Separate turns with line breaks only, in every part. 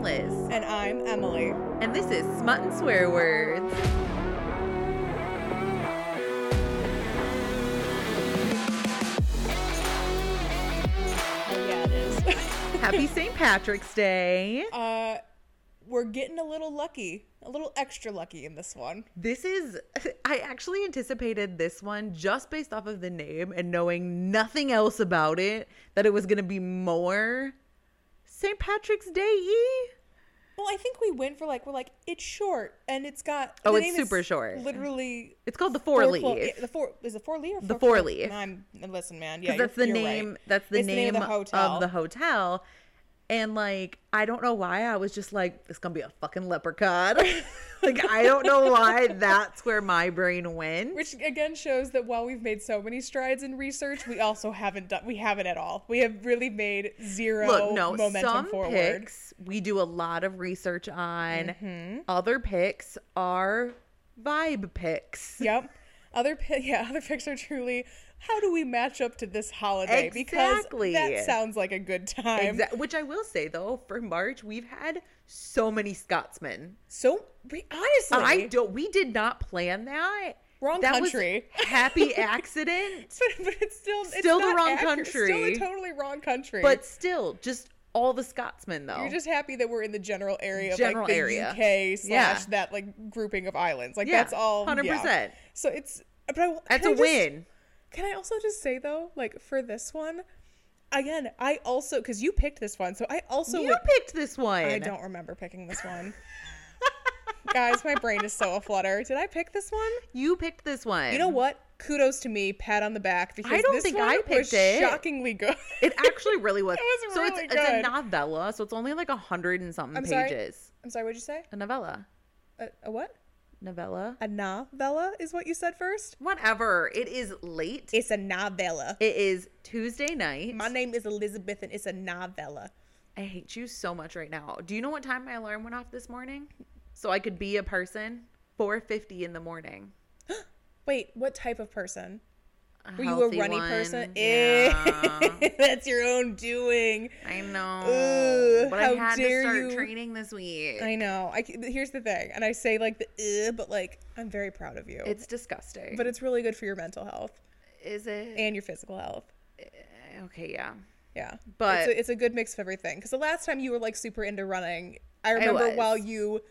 Liz,
And I'm Emily.
and this is Smut and Swear Words.
Oh, yeah, it is.
Happy St. Patrick's Day.
uh, we're getting a little lucky, a little extra lucky in this one.
This is, I actually anticipated this one just based off of the name and knowing nothing else about it, that it was going to be more St. Patrick's Day y.
Well, I think we went for like, we're like, it's short and it's got.
Oh,
the
it's
name is
super short.
Literally.
It's called the Four,
four
Leaf.
clo- yeah, the four is the four leaf. Or
The
four
four
clo-
leaf.
I'm listen, man. Yeah,
because that's the
you're- you're right.
name that's the
It's
name,
of the hotel.
of the hotel and like i don't know why i was just like it's gonna be a fucking leprechaun like i don't know why that's where my brain went
Which again shows that while we've made so many strides in research, we also haven't done. We haven't at all. We have really made zero
look no
momentum
some
forward.
picks we do a lot of research on
Mm-hmm.
other picks are vibe picks
Yep. Other pi- yeah, other picks are truly how do we match up to this holiday?
Exactly.
Because that sounds like a good time.
Exa- which i will say though for march we've had so many scotsmen
So we, honestly,
i don't we did not plan that
Wrong
that
country.
was happy accident
but, but it's still it's
Still the
not
wrong
accurate. It's Still
country.
the totally wrong country.
But still, just all the Scotsmen though.
you're just happy that we're in the general area of
General
like the
area.
UK slash
Yeah.
that like grouping of islands. Like
Yeah,
that's all.
hundred
yeah.
percent.
So it's but I,
That's
a
a win.
Can I also just say though, like for this one, again, I also because you picked this one, so I also
you
would
picked this one.
I don't remember picking this one. Guys, my brain is so aflutter. Did I pick this one?
You picked this one.
You know what? Kudos to me, pat on the back because
I don't
this
think
one
I
was
picked it.
shockingly good.
It actually really was.
It was
so
really
it's, it's a
good.
novella, so it's only like a hundred and something
I'm sorry?
pages.
I'm sorry, what'd you say?
A novella.
A, a what?
Novella.
A novella is what you said first?
Whatever. It is late.
It's a novella.
it is Tuesday night.
My name is Elizabeth and it's a novella.
I hate you so much right now. Do you know what time my alarm went off this morning? So I could be a person. 4:50 in the morning.
Wait, what type of person?
A
Were you a
healthy
runny
one.
person? Eh,
Yeah.
That's your own doing.
I know.
Ugh,
but
how
I had to
dare
start
you.
training this week.
I know. I, c- here's the thing, and I say like the uh, but like I'm very proud of you.
It's disgusting.
but it's really good for your mental health
is it
and your physical health.
okay? Yeah.
Yeah,
But-
it's a, it's a good mix of everything. Because the last time you were like super into running, I remember
was.
while you.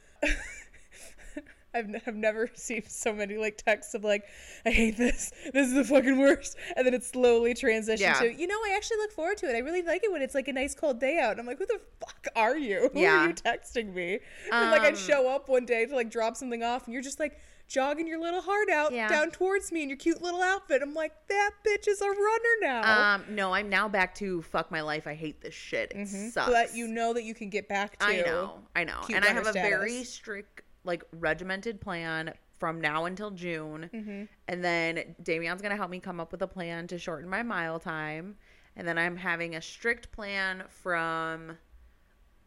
I've, n- I've never received so many like texts of like I hate this this is the fucking worst and then it slowly transitioned
Yeah.
to you know I actually look forward to it I really like it when it's like a nice cold day out and I'm like who the fuck are you who
Yeah.
are you texting me and like I'd
Um,
show up one day to like drop something off and you're just like jogging your little heart out
Yeah.
down towards me in your cute little outfit I'm like that bitch is a runner now
Um. No, I'm now back to fuck my life. I hate this shit. It sucks.
so that Mm-hmm. you know that you can get back to.
I know. I know.
cute
And I have
runner
a very
status.
strict, like, regimented plan from now until June.
Mm-hmm.
And then Damien's gonna help me come up with a plan to shorten my mile time. And then I'm having a strict plan from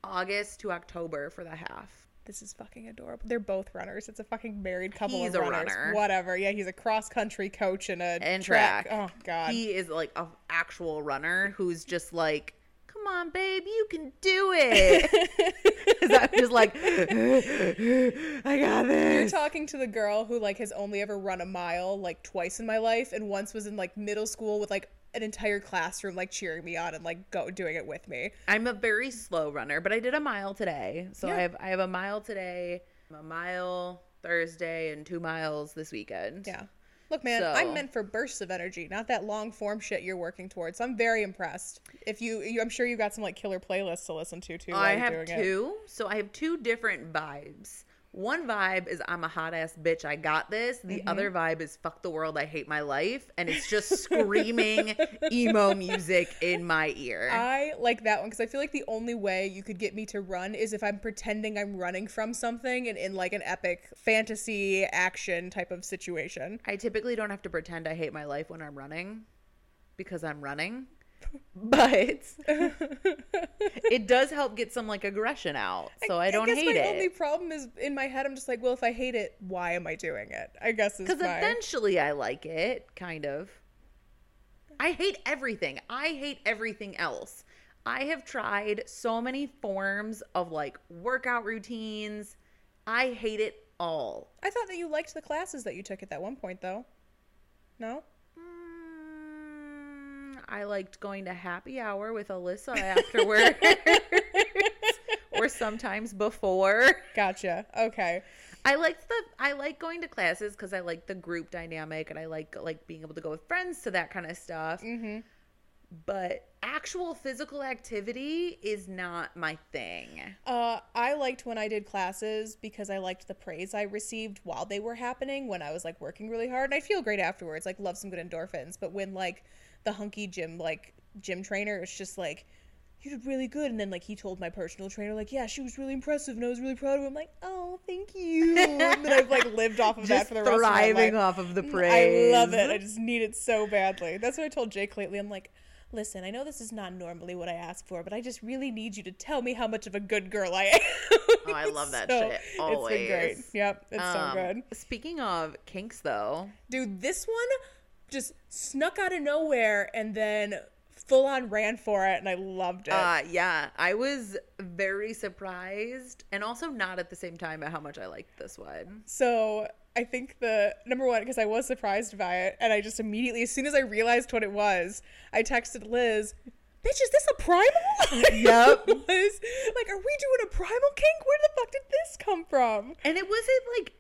August to October for the half.
This is fucking adorable. They're both runners. It's a fucking married couple.
He's
of
a
runners.
runner.
Whatever. Yeah, he's a cross country coach and a
and
track.
track.
Oh god.
he is like an actual runner who's just like, "Come on, babe, you can do it." 'Cause I'm just like, I got
You're
this.
talking to the girl who like has only ever run a mile like twice in my life, and once was in like middle school with like an entire classroom like cheering me on and like go doing it with me.
I'm a very slow runner, but I did a mile today, so
Yeah.
I have I have a mile today, a mile Thursday, and two miles this weekend.
Yeah. Look, man, I'm
So-
meant for bursts of energy, not that long form shit you're working towards. I'm very impressed. If you, you I'm sure you got some like killer playlists to listen to too. While
Oh, I
you're
have
doing it.
two. So I have two different vibes. One vibe is I'm a hot ass bitch. I got this. The
Mm-hmm.
other vibe is fuck the world. I hate my life. And it's just screaming emo music in my ear.
I like that one because I feel like the only way you could get me to run is if I'm pretending I'm running from something and in like an epic fantasy action type of situation.
I typically don't have to pretend I hate my life when I'm running because I'm running. But it does help get some like aggression out. So I, don't
guess
hate
my only
it.
problem is in my head. I'm just like, well, if I hate it, why am I doing it? I guess is
Because
my.
eventually I like it, kind of. I hate everything. I hate everything else. I have tried so many forms of like workout routines. I hate it all.
I thought that you liked the classes that you took at that one point, though. No?
Mm, I liked going to happy hour with Alyssa afterward. or sometimes before.
Gotcha. Okay.
I liked the I like going to classes cuz I like the group dynamic and I like like being able to go with friends to that kind of stuff.
Mm-hmm.
But actual physical activity is not my thing.
Uh, I liked when I did classes because I liked the praise I received while they were happening when I was like working really hard and I feel great afterwards. Like love some good endorphins. But when like the hunky gym like gym trainer is just like you did really good and then like he told my personal trainer like yeah she was really impressive and i was really proud of her i'm like oh thank you and then i've like lived off of that
Just
for the rest of my life Mm,
thriving off of the
I
praise.
love it. I just need it so badly. That's what I told Jake lately. I'm like, listen, I know this is not normally what I ask for, but I just really need you to tell me how much of a good girl I am.
Oh, I love that shit.
It's been great.
Always.
Yep, it's
Um,
so good.
Speaking of kinks, though,
Dude, this one just snuck out of nowhere and then full on ran for it, and I loved it.
uh, yeah, I was very surprised and also not at the same time at how much I liked this one.
So I think the number one, because I was surprised by it, and I just immediately, as soon as I realized what it was, I texted Liz, Bitch, is this a primal?
Yup.
Liz, like, are we doing a primal kink? Where the fuck did this come from?
And it wasn't like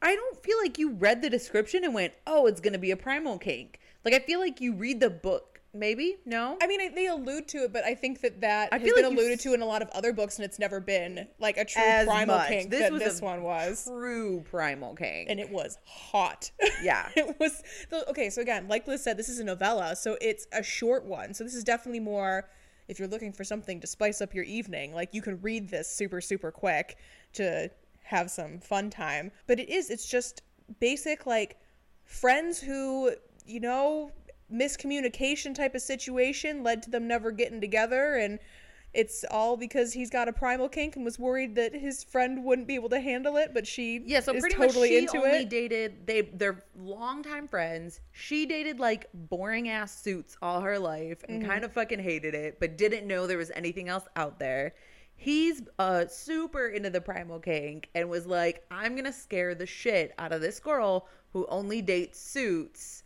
I don't feel like you read the description and went, "Oh, it's gonna be a primal kink." Like I feel like you read the book, maybe no.
I mean, I, they allude to it, but I think that that has
feel
been
like you
alluded
s-
to in a lot of other books, and it's never been like a true
As
primal
much.
kink
This
that
was
this
a
one was.
True primal kink.
and it was hot.
Yeah.
it was the, okay. So again, like Liz said, this is a novella, so it's a short one. So this is definitely more. If you're looking for something to spice up your evening, like you can read this super super quick to have some fun time. But it is. It's just basic like friends who you know miscommunication type of situation led to them never getting together and. It's all because he's got a primal kink and was worried that his friend wouldn't be able to handle it, but she
yeah, so
is
pretty much
totally
she
into
only
it.
dated they they're longtime friends. She dated like boring ass suits all her life and
Mm-hmm.
kind of fucking hated it, but didn't know there was anything else out there. He's uh super into the primal kink and was like, I'm gonna scare the shit out of this girl who only dates suits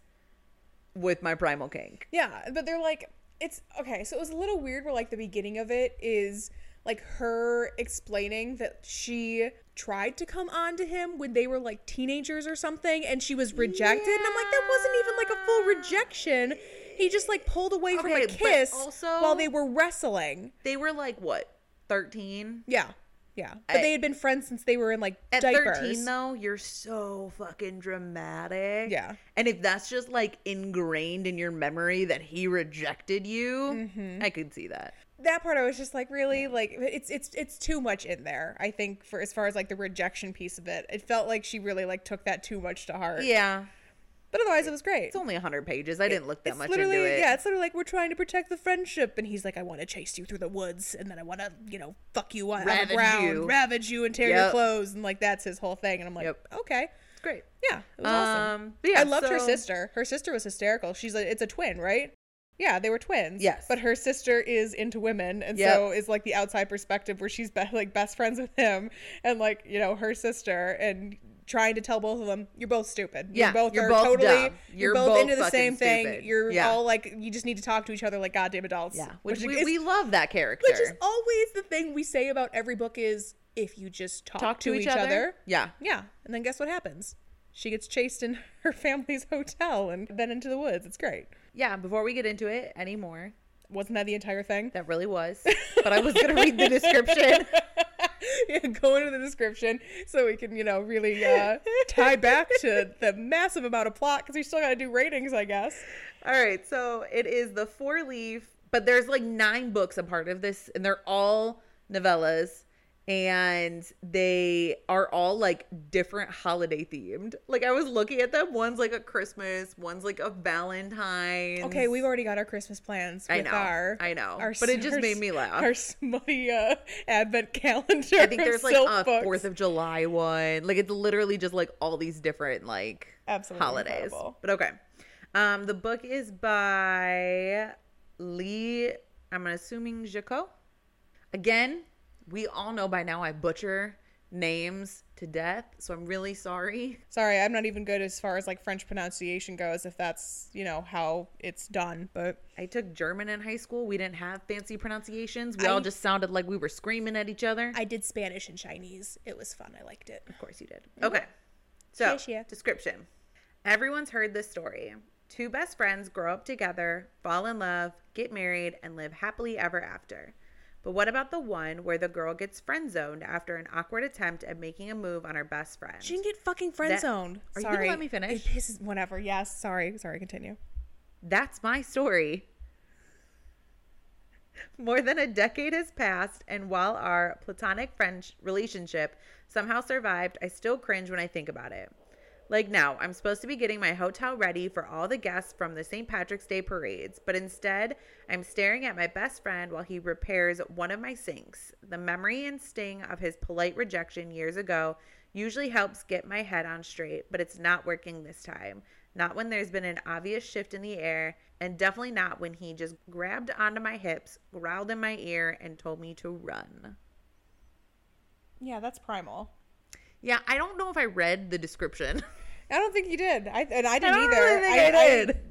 with my primal kink.
Yeah, but they're like it's okay, so it was a little weird where like the beginning of it is like her explaining that she tried to come on to him when they were like teenagers or something and she was rejected and I'm like that wasn't even like a full rejection. He just like pulled away from
Okay,
a
but
kiss
also-
while they were wrestling.
They were like what, thirteen?
Yeah. Yeah. But
At-
they had been friends since they were in like
At
diapers.
13 though, you're so fucking dramatic.
Yeah.
And if that's just like ingrained in your memory that he rejected you,
Mm-hmm.
I could see that.
that part I was just like, really, like it's it's it's too much in there. I think for as far as like the rejection piece of it, it felt like she really like took that too much to heart.
Yeah.
But otherwise, it was great.
It's only 100 pages. I didn't look that
it's
much into
literally,
it.
yeah, it's literally like we're trying to protect the friendship, and he's like, I want to chase you through the woods, and then I want to, you know, fuck you on, on
Ravage
the ground,
you.
ravage you, and tear your
Yep.
clothes, and like that's his whole thing. And I'm like,
Yep.
okay,
It's great.
yeah, it was awesome.
Um, but yeah,
I loved her
so-
sister. Her sister was hysterical. She's a, it's a twin, right? Yeah, they were twins.
Yes.
but her sister is into women, and
Yep.
so is like the outside perspective where she's be- like best friends with him, and like you know her sister, and trying to tell both of them you're both stupid.
Yeah,
you're both
you're
are
both
totally.
dumb.
You're,
You're
both,
both
into the
fucking
same thing.
stupid."
You're
Yeah.
all like you just need to talk to each other like goddamn adults.
Yeah. Which, we,
is-
we love that character.
which is always the thing we say about every book is if you just talk,
Talk to each, other. Yeah.
yeah, and then guess what happens? She gets chased in her family's hotel and then into the woods. It's great.
Yeah. Before we get into it anymore,
Wasn't that the entire thing?
that really was. But I was going to read the description.
yeah, go into the description so we can, you know, really uh, tie back to the massive amount of plot because we still got to do ratings, I guess.
All right, so it is the four leaf, but there's like nine books a part of this, and they're all novellas, and they are all like different holiday themed. Like I was looking at them, one's like a Christmas, one's like a Valentine's.
Okay, we've already got our Christmas plans with
I know,
our.
I know, but it just
our-
made me laugh.
Our smutty uh, advent calendar.
I think there's like a
books.
Fourth of July one. Like it's literally just like all these different like
Absolutely
holidays.
incredible.
But okay, um, the book is by Lee I'm assuming Jaco. Again, we all know by now I butcher names to death, so I'm really sorry.
Sorry, I'm not even good as far as like French pronunciation goes, if that's, you know, how it's done. But
I took German in high school. We didn't have fancy pronunciations. We
I-
all just sounded like we were screaming at each other.
I did Spanish and Chinese. It was fun. I liked it.
Of course you did. Okay. So,
Yes, yeah.
description. Everyone's heard this story. Two best friends grow up together, fall in love, get married, and live happily ever after. But what about the one where the girl gets friend zoned after an awkward attempt at making a move on her best friend?
She didn't get fucking friend zoned.
Are you
sorry.
gonna let me finish?
It pisses whatever. Yes. Sorry. Sorry. Continue.
That's my story. More than a decade has passed, and while our platonic friend relationship somehow survived, I still cringe when I think about it. Like now, I'm supposed to be getting my hotel ready for all the guests from the St. Patrick's Day parades, but instead, I'm staring at my best friend while he repairs one of my sinks. The memory and sting of his polite rejection years ago usually helps get my head on straight, but it's not working this time. Not when there's been an obvious shift in the air, and definitely not when he just grabbed onto my hips, growled in my ear, and told me to run.
Yeah, that's primal.
Yeah, I don't know if I read the description.
I don't think you did. I and I didn't
don't
either.
really think I did.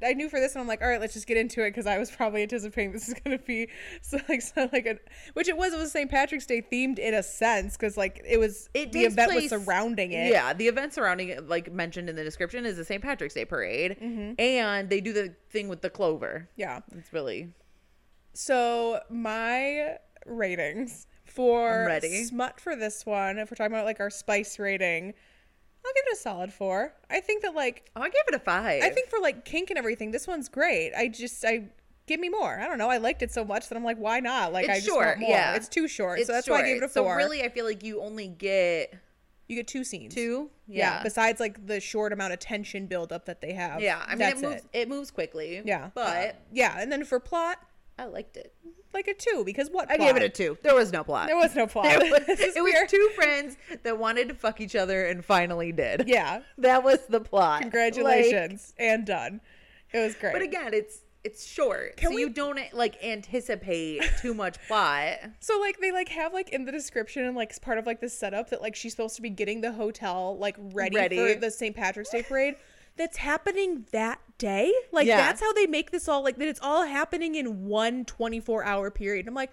I, knew for this, and I'm like, all right, let's just get into it because I was probably anticipating this is going to be so like so like a which it was it was St. Patrick's Day themed in a sense because like it was
It
the
takes
event
place-
was surrounding it.
yeah, the event surrounding it, like mentioned in the description, is the St. Patrick's Day parade, and they do the thing with the clover.
yeah.
It's really
So my ratings for
I'm ready.
smut for this one, if we're talking about like our spice rating, I'll give it a solid four. I think that like
oh, I gave it a five.
I think for like kink and everything, this one's great. I just I give me more. I don't know. I liked it so much that I'm like, why not? Like
It's
I just
short,
want more.
yeah.
It's too short.
It's
so that's why I gave it a
short.
four.
So really, I feel like you only get
you get two scenes.
two.
Yeah.
Yeah,
Besides like the short amount of tension buildup that they have.
yeah. I mean,
that's
it moves. It. moves quickly.
Yeah.
but
yeah, and then for plot,
I liked it.
like a two because what?
I gave it a two. There was no plot.
There was no plot.
There was-
This is
it was
weird.
two friends that wanted to fuck each other and finally did.
Yeah.
That was the plot. Like,
Congratulations and done. It was great.
but again, it's it's short,
Can
so
we-
you don't like anticipate too much plot.
So like they like have like in the description and like as part of like the setup that like she's supposed to be getting the hotel like ready,
Ready.
for the St. Patrick's Day parade. That's happening that day. Like
Yeah.
that's how they make this all like that it's all happening in one 24 hour period. I'm like,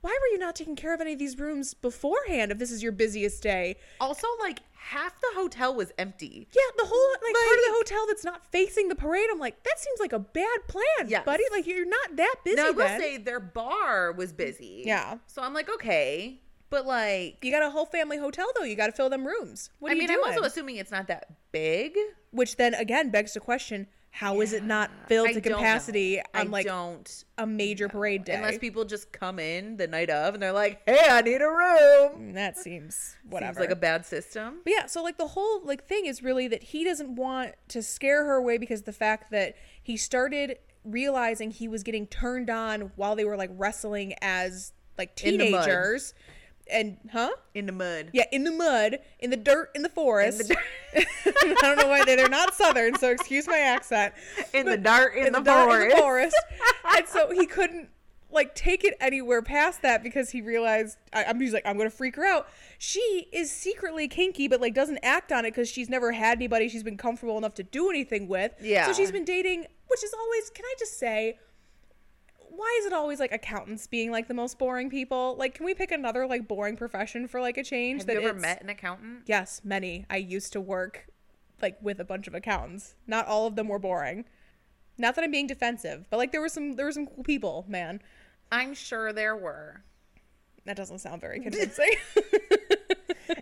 why were you not taking care of any of these rooms beforehand if this is your busiest day?
Also, like half the hotel was empty.
Yeah, the whole like, part of the hotel that's not facing the parade. I'm like, that seems like a bad plan,
Yes.
buddy. Like you're not that busy.
Now I will
then.
say their bar was busy.
Yeah.
So I'm like, okay, but like,
you got a whole family hotel though. You got to fill them rooms. What
I
do
mean,
you
I'm
do?
also assuming it's not that big.
which then again begs the question how is it not filled
I
to
don't know.
capacity
I
on like
don't
a major parade day
unless people just come in the night of and they're like, hey, I need a room.
Mm, that seems whatever
Seems like a bad system.
but yeah so like the whole like thing is really that he doesn't want to scare her away because the fact that he started realizing he was getting turned on while they were like wrestling as like
In the mud.
teenagers and huh
in the mud.
yeah in the mud in the dirt in the forest
dirt.
i don't know why they- they're not southern so excuse my accent
In the dirt, in,
in the, dark in the forest. and so he couldn't like take it anywhere past that because he realized I, I'm he's like I'm gonna freak her out. She is secretly kinky, but like doesn't act on it because she's never had anybody she's been comfortable enough to do anything with.
Yeah.
So she's been dating, which is always. Can I just say? Why is it always like accountants being like the most boring people? Like, can we pick another like boring profession for like a change?
Have you ever
it's-
met an accountant?
Yes, many. I used to work like with a bunch of accountants. Not all of them were boring. Not that I'm being defensive, but like there were some there were some cool people, man.
I'm sure there were.
That doesn't sound very convincing.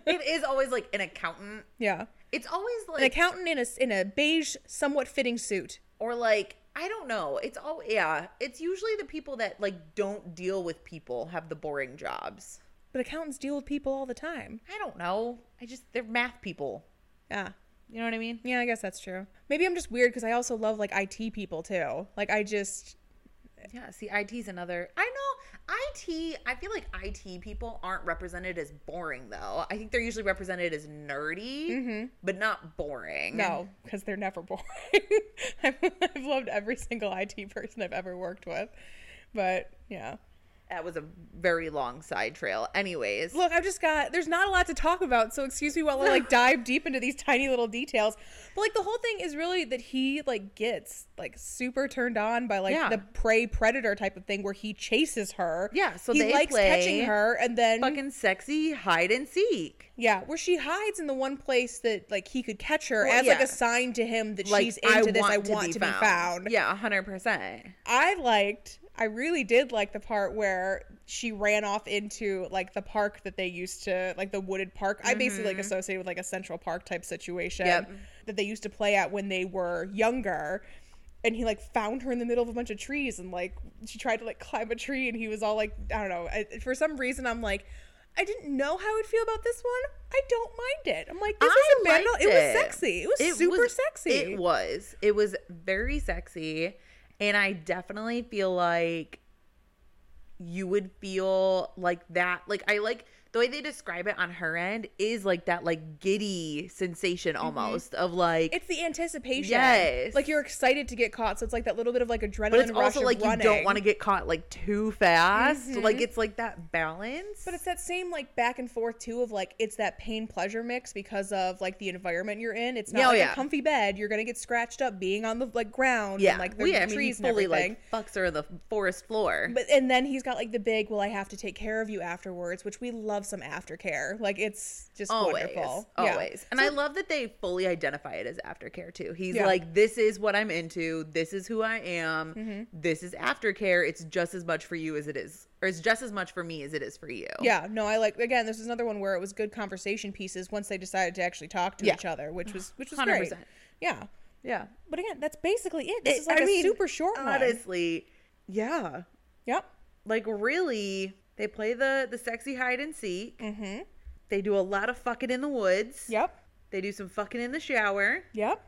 It is always like an accountant.
yeah.
It's always
An
like
accountant in a in a beige somewhat fitting suit.
or like I don't know. It's all yeah. It's usually the people that like don't deal with people have the boring jobs.
But accountants deal with people all the time.
I don't know. I just they're math people.
Yeah.
You know what I mean?
Yeah, I guess that's true. Maybe I'm just weird because I also love like IT people too. Like I just
Yeah. See, IT's another. I know IT. I feel like IT people aren't represented as boring though. I think they're usually represented as nerdy, but not boring.
Mm-hmm. no, because they're never boring. I've, I've loved every single IT person I've ever worked with. But yeah.
That was a very long side trail. Anyways,
Look, I've just got there's not a lot to talk about, so excuse me while I like dive deep into these tiny little details. But like the whole thing is really that he like gets like super turned on by like
Yeah.
the prey predator type of thing where he chases her.
Yeah, so
he
they
likes
play
catching her and then
fucking sexy hide and seek.
yeah, where she hides in the one place that like he could catch her
Well,
as like
yeah.
a sign to him that
Like
she's into this. I want to be found.
Yeah, hundred percent.
I liked, I really did like the part where she ran off into like the park that they used to, like the wooded park. I basically like associated with like a Central Park type situation
Mm-hmm. Yep.
that they used to play at when they were younger. And he like found her in the middle of a bunch of trees and like she tried to like climb a tree and he was all like, I don't know. I, for some reason, I'm like, I didn't know how I'd feel about this one. I don't mind it. I'm like, this
I
is a man.
liked
It. was sexy. It was super
was-
sexy.
It was. It was very sexy. And I definitely feel like you would feel like that. Like, I like the way they describe it on her end is like that, like, giddy sensation almost of like,
Mm-hmm. It's the anticipation.
Yes.
Like you're excited to get caught, so it's like that little bit of like adrenaline
but it's
rush
also
of
like
running. Mm-hmm.
you don't want to get caught like too fast. Like, it's like that balance.
But it's that same like back and forth too of like it's that pain pleasure mix because of like the environment you're in. It's not
Yeah, oh,
like
yeah.
a comfy bed. You're gonna get scratched up being on the like ground.
yeah.
And, like the
well, yeah, I mean, he
trees
fully
and everything.
like fucks her the forest floor.
but and then he's got like the big well I have to take care of you afterwards, which we love some aftercare. Like it's just wonderful. Yeah.
Always. And I love that they fully identify it as aftercare too. He's
Yeah.
like, this is what I'm into. This is who I am.
Mm-hmm.
This is aftercare. It's just as much for you as it is, or it's just as much for me as it is for you.
Yeah, no, I like again. This is another one where it was good conversation pieces once they decided to actually talk to
Yeah.
each other, which was which was great.
100%.
Yeah,
Yeah.
But again, that's basically it. This
It-
is like
I
a
mean,
super short one.
Honestly, yeah.
Yep.
Like really, they play the the sexy hide and seek. Mm-hmm. They do a lot of fucking in the woods.
Yep.
They do some fucking in the shower.
Yep.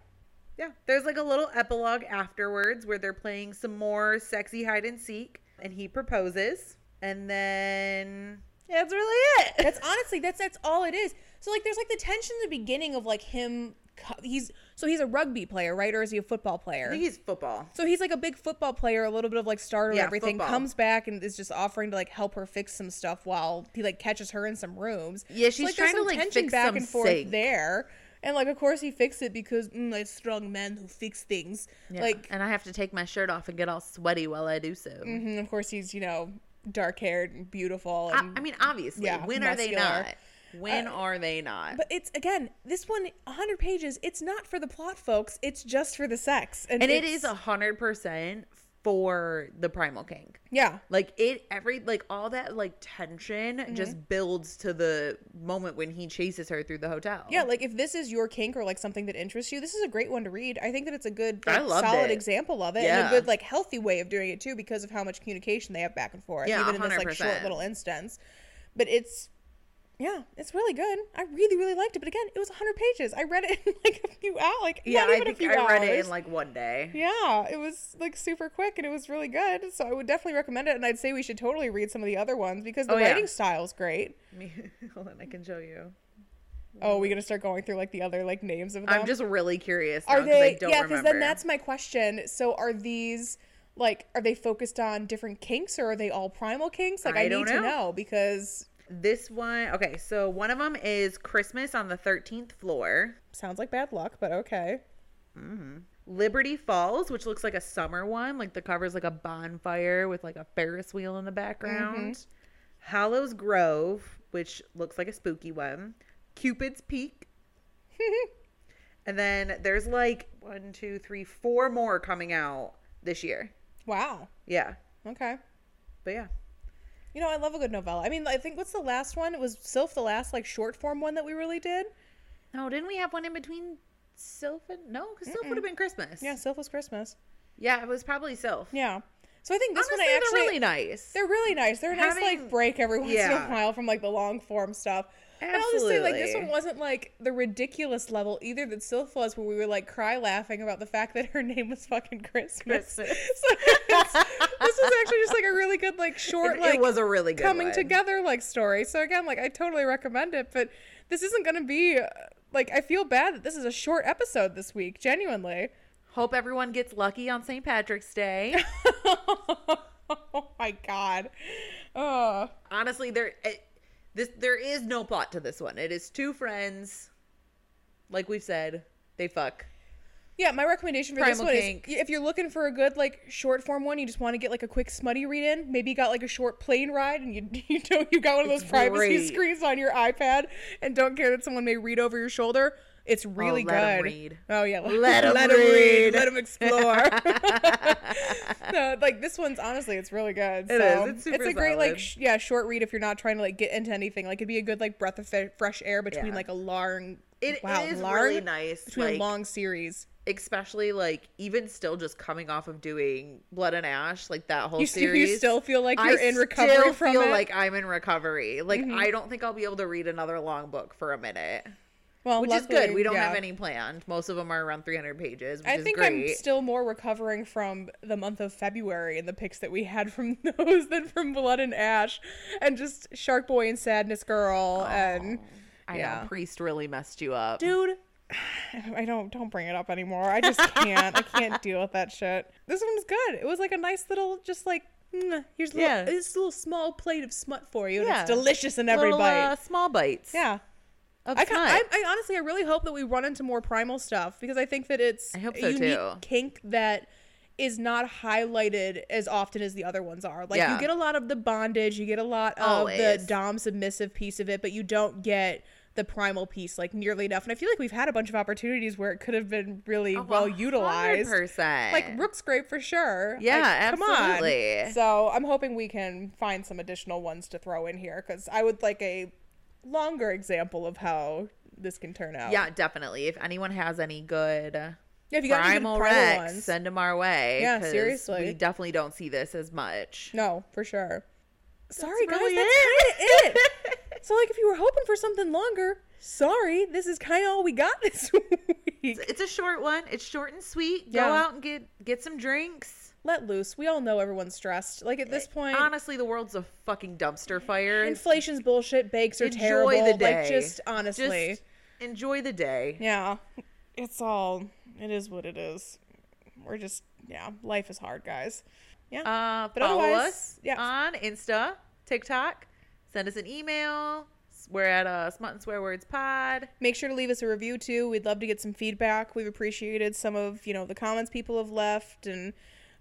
Yeah, there's like a little epilogue afterwards where they're playing some more sexy hide and seek, and he proposes, and then yeah, that's really it.
That's honestly that's that's all it is. So like, there's like the tension in the beginning of like him. co- He's so he's a rugby player, right? Or is he a football
I
player?
think he's football.
so he's like a big football player, a little bit of like starter and
Yeah,
everything.
football.
Comes back and is just offering to like help her fix some stuff while he like catches her in some rooms.
Yeah,
So,
she's
there's
trying to,
some
like,
tension
fix
back
some
and forth
sink.
there, and like of course he fixed it because mm, like strong men who fix things. Like
and I have to take my shirt off and get all sweaty while I do so.
mhm, of course he's you know dark haired and beautiful.
I,
And
I mean, obviously,
yeah,
when are they
muscular.
not? When are they not?
But it's again, this one, 100 pages. It's not for the plot, folks. It's just for the sex,
and it
it's-
is a hundred percent for the primal king.
yeah,
Like it, every like all that like tension just builds to the moment when he chases her through the hotel.
yeah. Like if this is your kink or like something that interests you, this is a great one to read. I think that it's a good,
I
like,
loved
solid
it.
example of it, and a
Yeah.
good like healthy way of doing it too, because of how much communication they have back and forth,
Yeah,
even in this like short
100%.
little instance. But it's. Yeah, it's really good. I really, really liked it. But again, it was 100 pages. I read it in like a few hours. Like,
yeah.
not even
I think
a few
I read it
hours.
in like one day.
Yeah, it was like super quick and it was really good. So I would definitely recommend it. And I'd say we should totally read some of the other ones because the
Oh, yeah.
writing style's great.
Me, hold on, I can show you.
Oh, we're going to start going through like the other like names of them.
I'm just really curious. Now,
are they,
I don't
yeah,
remember.
then that's my question. So are these like, are they focused on different kinks or are they all primal kinks? Like, I,
I
need
don't
to
know.
know because
this one. Okay, so one of them is Christmas on the 13th floor,
sounds like bad luck, but okay.
Liberty Falls, which looks like a summer one. Like the cover's like a bonfire with like a Ferris wheel in the background. Hollows Grove, which looks like a spooky one. Cupid's Peak. and then there's like one, two, three, four more coming out this year.
Wow.
Yeah.
Okay.
But yeah.
You know, I love a good novella. I mean, I think what's the last one? It was Sylph, the last like short form one that we really did.
No, Oh, didn't we have one in between Sylph and no? Because Sylph would have been Christmas.
Yeah, Sylph was Christmas.
yeah, it was probably Sylph.
Yeah. So I think this
Honestly,
one I
they're
actually
really nice.
they're really nice. They're a nice like
Having-
break every once in
Yeah.
a while from like the long form stuff. And I'll just say like this one
Absolutely.
wasn't like the ridiculous level either that Sylph was where we were like cry laughing about the fact that her name was fucking Christmas.
Christmas.
so it's- this was actually just like a really good like short
It-
like
it was a really good
coming
one.
together like story. So again, like I totally recommend it, but this isn't going to be uh, like I feel bad that this is a short episode this week, genuinely.
Hope everyone gets lucky on St. Patrick's Day.
oh my god. Oh.
Honestly, there it, this there is no plot to this one. It is two friends, like we've said, they fuck.
Yeah, my recommendation for this
Primal
one
kink.
is if you're looking for a good like short form one, you just want to get like a quick smutty read in. Maybe you got like a short plane ride, and you you know you got one of those
It's
privacy
great.
screens on your iPad, and don't care that someone may read over your shoulder. It's really
let 'em
good.
read.
Oh yeah,
Let 'em
'em
read.
Let them explore. no, like this one's honestly, it's really good.
It
so.
is. It's super
a great like
solid.
sh- yeah short read if you're not trying to like get into anything. Like it'd be a good like breath of fe- fresh air between
Yeah.
like a long
It,
wow
it is
long
really nice.
between
like,
a long series.
especially like even still just coming off of doing Blood and Ash, like that whole
you, st-
series.
you still feel like you're in recovery
still
from
feel
it. Mm-hmm.
like I'm in recovery. Like I don't think I'll be able to read another long book for a minute,
well,
which is
luckily,
good. We don't have
yeah.
any planned. Most of them are around 300 pages, which
I
is
think
great.
I'm still more recovering from the month of February and the picks that we had from those than from Blood and Ash, and just Shark Boy and Sadness Girl and
I
yeah.
know Priest really messed you up.
dude. I don't don't bring it up anymore. I just can't. I can't deal with that shit. This one was good. It was like a nice little, just like mm, here's a little,
Yeah.
this little small plate of smut for you. And
Yeah.
it's delicious in every
Little,
bite.
uh, small bites.
yeah,
of
I, ca-
smut.
I, I honestly, I really hope that we run into more primal stuff because I think that it's
I hope
a
so,
unique
too.
kink that is not highlighted as often as the other ones are. Like
Yeah.
you get a lot of the bondage, you get a lot of the
Always.
dom submissive piece of it, but you don't get the primal piece like nearly enough. And I feel like we've had a bunch of opportunities where it could have been really
Oh,
well utilized.
100%.
Like Rook's Grape for sure.
Yeah,
Like, Come
absolutely.
on. So I'm hoping we can find some additional ones to throw in here because I would like a longer example of how this can turn out.
yeah, definitely. If anyone has any good
Yeah, if you got any good
primal
primal
Rex,
ones.
send them our way.
Yeah,
'cause
seriously.
We definitely don't see this as much.
No, for sure. Sorry, guys.
really
that's
it.
kinda it. so, like, if you were hoping for something longer, sorry, this is kind of all we got this week.
It's a short one. It's short and sweet. Go
Yeah.
out and get get some drinks.
Let loose. We all know everyone's stressed. Like at this point,
Honestly, the world's a fucking dumpster fire.
inflation's bullshit. Bakes are
Enjoy
terrible.
the day.
Like, just
Just
honestly,
enjoy the day.
Yeah. It's all it is what it is. We're just yeah, life is hard, guys. Yeah.
Uh,
But
follow
otherwise,
us
yeah.
on Insta, TikTok. Send us an email. We're at uh, Smut and Swear Words Pod.
Make sure to leave us a review too. We'd love to get some feedback. We've appreciated some of, you know, the comments people have left and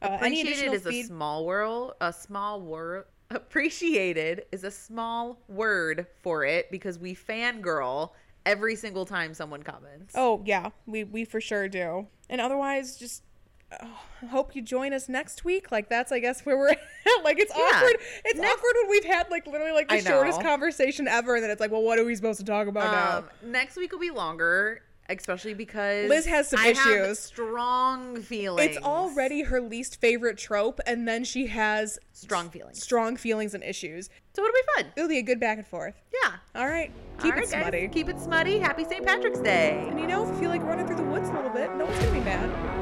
uh, any
Appreciated
additional
is a
feed-
small world. A small word. Appreciated is a small word for it because we fangirl every single time someone comments.
Oh, yeah. We we for sure do. And otherwise just oh, hope you join us next week. Like that's I guess where we're at. Like it's
Yeah.
awkward. It's awkward when we've had like literally like the
I know.
shortest conversation ever and then it's like, "Well, what are we supposed to talk about now?"
Um, next week will be longer, especially because
Liz has some
I have
issues.
strong feelings.
It's already her least favorite trope, and then she has
strong feelings.
strong feelings and issues.
So it'll be fun.
It'll be a good back and forth.
Yeah.
All right, keep
All
it
right, guys.
smutty.
Keep it smutty. Happy St. Patrick's Day.
And you know, if you feel like running through the woods a little bit, no one's gonna be mad.